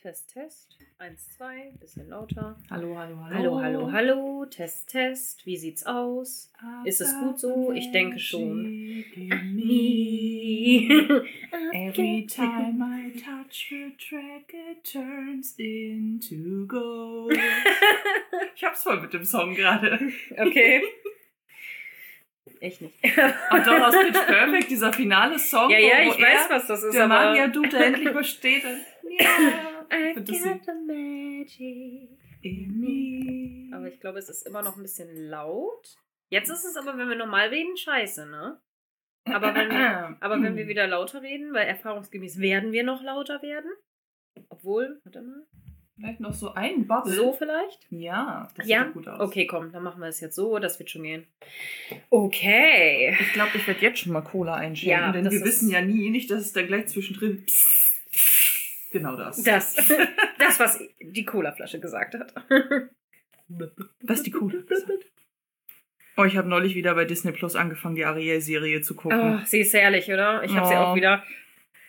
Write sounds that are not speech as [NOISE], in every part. Test, Test. Eins, zwei, bisschen lauter. Hallo, hallo, hallo. Hallo, hallo, hallo. Test, Test. Wie sieht's aus? Ist es gut so? Ich denke schon. [LAUGHS] [LAUGHS] Every time I touch the track, it turns into gold. [LAUGHS] ich hab's voll mit dem Song gerade. Okay. Ich nicht. [LAUGHS] Ach doch, aus Pitch Perfect, dieser finale Song. Ja, ja, wo- ich wo er, weiß, was das ist, Der aber... Magier Dude, der endlich versteht. Ja. I Fantasie. got the magic. In me. Aber ich glaube, es ist immer noch ein bisschen laut. Jetzt ist es aber, wenn wir normal reden, scheiße, ne? Aber wenn, aber wenn [CLEARS THROAT] wir wieder lauter reden, weil erfahrungsgemäß werden wir noch lauter werden. Obwohl, warte mal. Vielleicht noch so einen Bubble. So vielleicht? Ja, das Ja? sieht doch gut aus. Okay, komm, dann machen wir es jetzt so, das wird schon gehen. Okay. Ich glaube, ich werde jetzt schon mal Cola einschenken, Ja, denn das wir ist- wissen ja nie, nicht, dass es dann gleich zwischendrin. [LAUGHS] Genau das. Das, das was die Colaflasche gesagt hat. Was die Cola gesagt hat. Oh, ich habe neulich wieder bei Disney Plus angefangen, die Ariel-Serie zu Oh, gucken. sie ist ehrlich, oder? Ich habe sie Oh. auch wieder.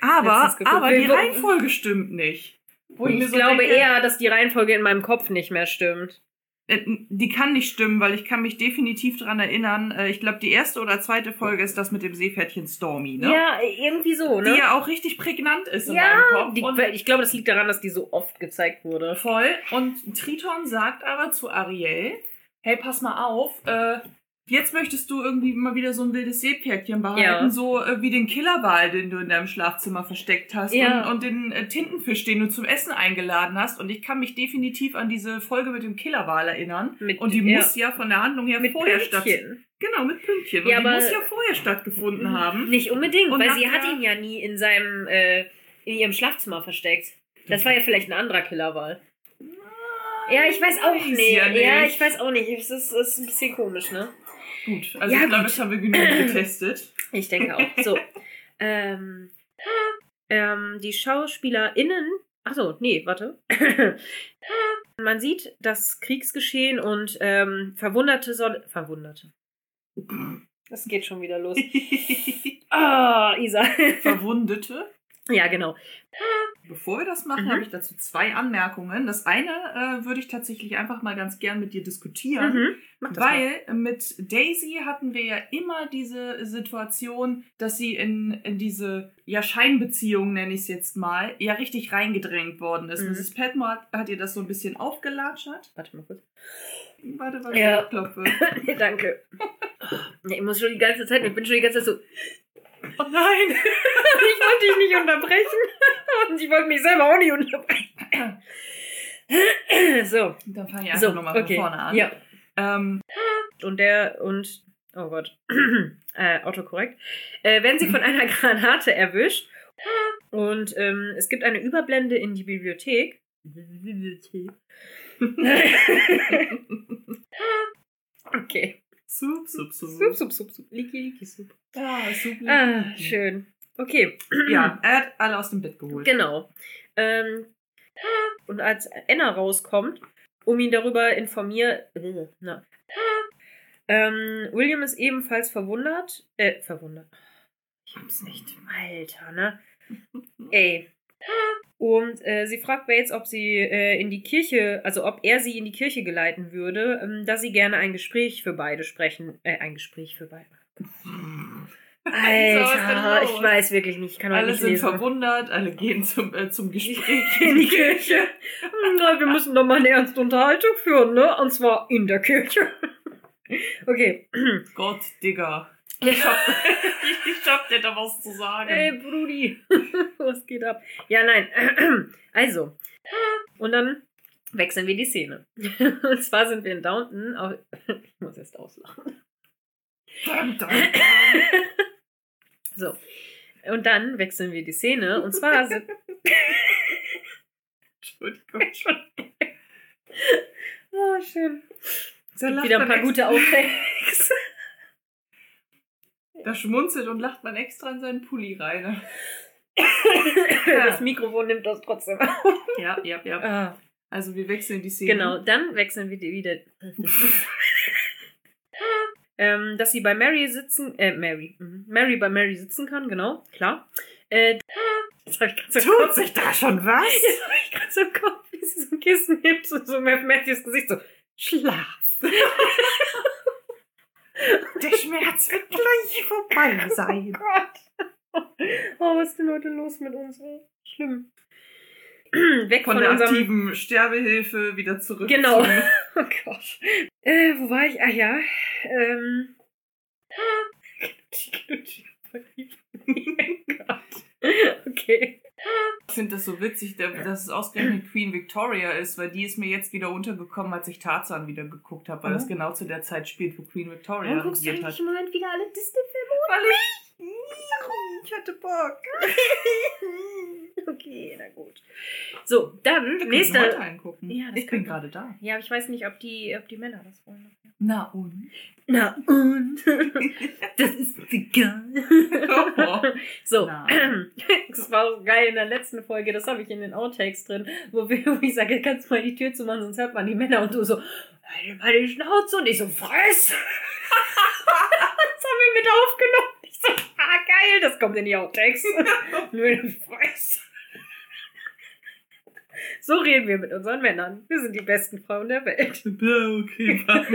Ah, letztens aber geguckt. aber die Wir- Reihenfolge stimmt nicht. Wo Ich mir so glaube denke, eher, dass die Reihenfolge in meinem Kopf nicht mehr stimmt. äh, Die kann nicht stimmen, weil ich kann mich definitiv daran erinnern. äh, Ich glaube, die erste oder zweite Folge ist das mit dem Seepferdchen Stormy, ne? Ja, irgendwie so, Die ne? ja auch richtig prägnant ist in Ja, meinem Kopf. Die, Und- weil ich glaube, das liegt daran, dass die so oft gezeigt wurde. Voll. Und Triton sagt aber zu Ariel, hey, pass mal auf, äh, jetzt möchtest du irgendwie mal wieder so ein wildes Seepferdchen behalten, Ja. so äh, wie den Killerwal, den du in deinem Schlafzimmer versteckt hast Ja. und, und den äh, Tintenfisch, den du zum Essen eingeladen hast. Und ich kann mich definitiv an diese Folge mit dem Killerwal erinnern. Mit- und die ja. muss ja von der Handlung her Mit vorher stattfinden. Pünktchen. Genau, mit Pünktchen. Ja, und die aber- Mhm. muss ja vorher stattgefunden haben. Nicht unbedingt, Und weil nach sie der- hat ihn ja nie in seinem äh, in ihrem Schlafzimmer versteckt. Das war ja vielleicht ein anderer Killerwahl. Ja, ich weiß auch Weiß nicht. Ja, nicht. ich weiß auch nicht. Es ist, es ist ein bisschen komisch, ne? Gut, also Ja, ich glaube, gut. das haben wir genügend [LAUGHS] getestet. Ich denke auch. [LAUGHS] So. ähm, ähm, die SchauspielerInnen. Achso, nee, warte. [LAUGHS] Man sieht das Kriegsgeschehen und ähm, Verwunderte soll. Verwunderte. Mhm. Das geht schon wieder los. Ah, Isa. [LAUGHS] Verwundete. Ja, genau. Bevor wir das machen, Mhm. habe ich dazu zwei Anmerkungen. Das eine äh, würde ich tatsächlich einfach mal ganz gern mit dir diskutieren. Mhm. Mach das mal. Weil mit Daisy hatten wir ja immer diese Situation, dass sie in, in diese ja, Scheinbeziehung, nenne ich es jetzt mal, ja richtig reingedrängt worden ist. Mhm. Mrs. Padmore hat, hat ihr das so ein bisschen aufgelatschert. Warte mal kurz. [LAUGHS] Warte, warte, Ja. ich [LAUGHS] klopfe. Nee, danke. Nee, ich muss schon die ganze Zeit, ich bin schon die ganze Zeit so, [LAUGHS] Oh nein! ich wollte dich nicht unterbrechen. [LAUGHS] Und ich wollte mich selber auch nicht unterbrechen. So, Dann fange ich einfach so, nochmal okay. also von vorne an. Ja. Ähm, Und der, und, oh Gott, [CLEARS THROAT] äh, autokorrekt, äh, werden sie von einer [LAUGHS] Granate erwischt. Und ähm, es gibt eine Überblende in die Bibliothek. Bibliothek. [LAUGHS] okay. sup, sup, sup. Sup, sup, sup, sup. Liki, liki, sup. Ja, sup, Ah, schön. Okay. Ja, er hat alle aus dem Bett geholt. Genau. Ähm, und als Anna rauskommt, um ihn darüber informiert. Na. Ähm, William ist ebenfalls verwundert. Äh, verwundert. Ich hab's nicht. Alter, [LAUGHS] ne? Ey. Und äh, sie fragt Bates, ob sie äh, in die Kirche, also ob er sie in die Kirche geleiten würde, ähm, da sie gerne ein Gespräch für beide sprechen. Äh, ein Gespräch für beide. Hm. Also, was ist denn Alter, los? ich weiß wirklich nicht. Ich kann heute Alle nicht sind lesen. ne? verwundert, alle gehen zum, äh, zum [LAUGHS] Gespräch in die Kirche. Na, [LAUGHS] wir müssen doch mal eine ernste Unterhaltung führen, ne? Und zwar in der Kirche. [LAUGHS] [CLEARS THROAT] Okay. Gott, Digga. Ich hab, [LAUGHS] ich hab dir da was zu sagen. Ey, Brudi, [LAUGHS] was geht ab? Ja, nein. [CLEARS THROAT] Also. Und dann wechseln wir die Szene. [LAUGHS] Und zwar sind wir in Downton. Auf [LAUGHS] ich muss erst auslachen. So. Und dann wechseln wir die Szene. Und [LAUGHS] zwar sind. Entschuldigung. Oh, schön. Ah, Da, lacht Wieder ein man paar extra- gute [LAUGHS] Outtakes. da schmunzelt und lacht man extra in seinen Pulli rein. [LAUGHS] Das Mikrofon nimmt das trotzdem auf. Ja, ja, ja. Ah. Also wir wechseln die Szene. Genau, dann wechseln wir die wieder. ähm, dass sie bei Mary sitzen, äh, Mary. mhm. Mary bei Mary sitzen kann, genau, klar. Äh, [LAUGHS] das habe ich gerade so im [LAUGHS] Tut Kopf. [LAUGHS] sich da schon was? Das habe ich gerade so im Kopf, wie sie so ein Kissen nimmt und so Matthews Gesicht so, oh schlaf. [LAUGHS] Der Schmerz wird gleich vorbei sein. Gott. [LAUGHS] Oh, was ist denn heute los mit uns? ey? Schlimm. [CLEARS THROAT] Weg von, Von der unserem... aktiven Sterbehilfe wieder zurück. Genau. zum- [LAUGHS] Oh Gott. Äh, wo war ich? Ah ja. Ähm... [LAUGHS] Oh okay. Ich finde das so witzig, da- dass es ausgerechnet Queen Victoria ist, weil die ist mir jetzt wieder untergekommen, als ich Tarzan wieder geguckt habe, weil Mhm. das genau zu der Zeit spielt, wo Queen Victoria Warum guckst du regiert eigentlich hat. im Moment wieder alle Disney-Filme? Hm. Weil ich, ich hatte Bock. [LAUGHS] Okay, na gut. So, dann Wir Nächste. Heute nächste. angucken. Ja, das ich bin können wir. gerade da. Ja, aber ich weiß nicht, ob die, ob die Männer das wollen. Na und? Na und? [LAUGHS] Das ist Oh, [LAUGHS] egal. so, Na. [CLEARS THROAT] das war so geil in der letzten Folge, das habe ich in den Outtakes drin, wo, wir, [LAUGHS] wo ich sage, kannst du mal die Tür zumachen, sonst hört man die Männer und du so, halt mal die Schnauze und ich so, [LAUGHS] fress! das haben wir mit aufgenommen. Ich so, ah geil, das kommt in die Outtakes. Nur in fress. So reden wir mit unseren Männern. Wir sind die besten Frauen der Welt. okay, Mann.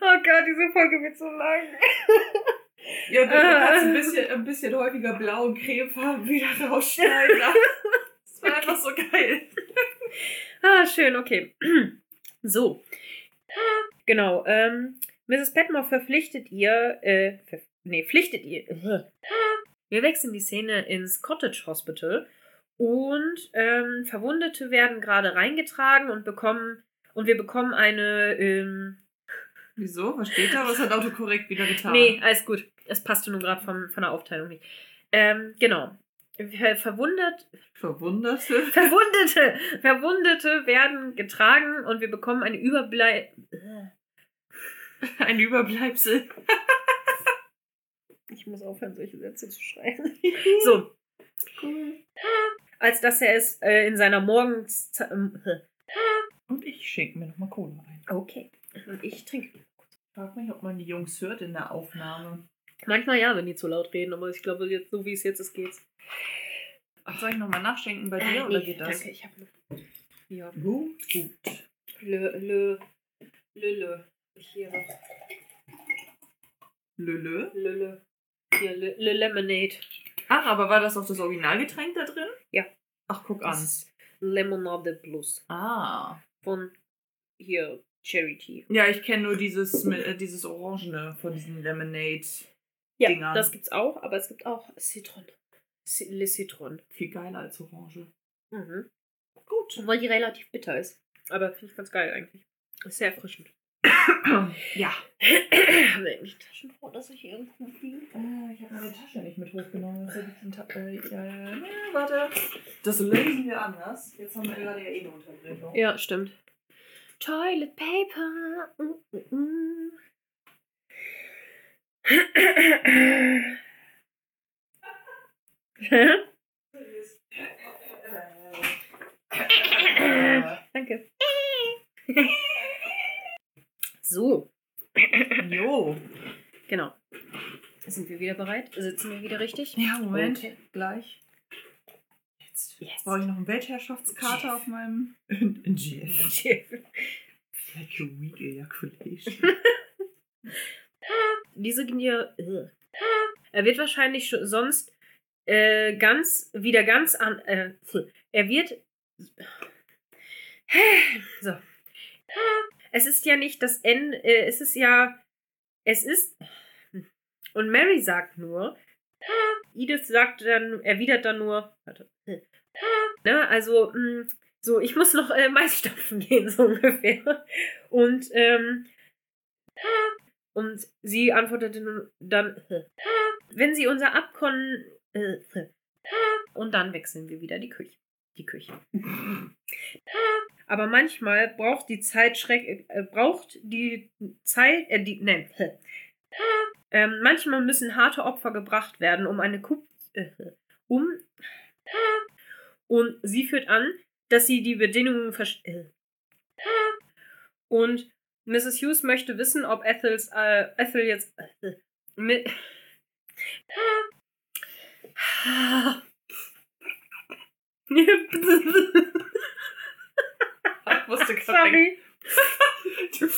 Oh Gott, diese Folge wird so lang. Ja, du kannst ein bisschen, ein bisschen häufiger blau und cremefarben wieder rausschneiden. [LAUGHS] Das war einfach so geil. Ah, schön, okay. [CLEARS THROAT] So. Genau. Ähm, Mrs. Petmore verpflichtet ihr, äh, ver nee, pflichtet ihr. äh, Wir wechseln die Szene ins Cottage Hospital und ähm, Verwundete werden gerade reingetragen und bekommen und wir bekommen eine. Ähm, Wieso? Was steht da? Was hat Autokorrekt wieder getan? nee, alles gut. Es passte nun gerade vom- von der Aufteilung nicht. Ähm, genau. Ver verwundert Verwunderte. [LAUGHS] Verwundete, Verwundete werden getragen und wir bekommen eine Überblei. Ein Überbleibsel. Ich muss aufhören, solche Sätze zu [LAUGHS] schreiben. So, Cool. als dass er es äh, in seiner ähm, Morgenszeit. Und ich schenke mir nochmal Cola ein. [LAUGHS] Okay. Und ich trinke. Frag mich, ob man die Jungs hört in der Aufnahme. Manchmal ja, wenn die zu laut reden, aber ich glaube, jetzt, so wie es jetzt ist, geht's. Ach, Äh, soll ich nochmal nachschenken bei dir Ah, oder nee, geht das? Danke, ich habe noch. Ja. Gut, gut. Le, le, le, le. Hier noch. Lülö. Le, le. Hier, le, le Lemonade. Ach, aber war das auch das Originalgetränk da drin? Ja. Ach, guck an. Lemonade Plus. Ah. Von hier, Cherry Tea. Ja, ich kenne nur dieses, mit- äh, dieses Orangene von diesen Lemonade. Ja, Dingern. das gibt's auch, aber es gibt auch Citron. C Le Citron. Viel geiler als Orange. Mhm. Gut. [CLEARS THROAT] Obwohl die relativ bitter ist. Aber finde ich ganz geil eigentlich. Ist sehr erfrischend. ja. Haben wir eigentlich Taschenrohr, dass ich irgendwo liege? Äh, ich habe meine Tasche nicht mit hochgenommen. Jetzt hätte ich den Ta äh, ich, äh, ja, warte. Das lösen wir anders. Jetzt haben wir gerade ja eh eine Unterbrechung. Ja, stimmt. Toilet Paper. Mm, mm, mm. [LAUGHS] Äh, Danke. [LAUGHS] So, Jo. genau. Sind wir wieder bereit? Sitzen wir wieder richtig? Ja, Moment. Okay. Gleich. Jetzt, Jetzt. brauche ich noch eine Weltherrschaftskarte Jeff. auf meinem. Ein Jeff. Like a weed ejaculation. Diese Gnier. Er wird wahrscheinlich schon sonst äh, ganz wieder ganz an. Äh, er wird. [SIGHS] So. Es ist ja nicht das N. Äh, es ist ja. Es ist. Und Mary sagt nur. Edith sagt dann, erwidert dann nur. Warte. Ne, also, mh, so, ich muss noch äh, [LAUGHS] Mais stopfen gehen, so ungefähr. Und, ähm, und sie antwortete nun dann, wenn sie unser Abkommen. äh, Und dann wechseln wir wieder die Küche. Die Küche. Aber manchmal braucht die Zeit Schreck, äh, braucht die Zeit, äh, die, nein, ähm, manchmal müssen harte Opfer gebracht werden, um eine Kup äh, um und sie führt an, dass sie die Bedingungen versch äh. und Mrs. Hughes möchte wissen, ob Ethels, äh, Ethel jetzt mit. [LAUGHS] Ich musste gerade denken, Sorry.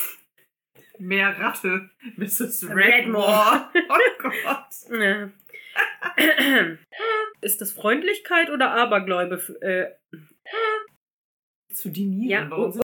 mehr Ratte. Mrs. Redmore. Redmore. Oh Gott. Ja. Ist das Freundlichkeit oder Abergläube? f- Äh, Zu die Nieren ja, bei oh, uns.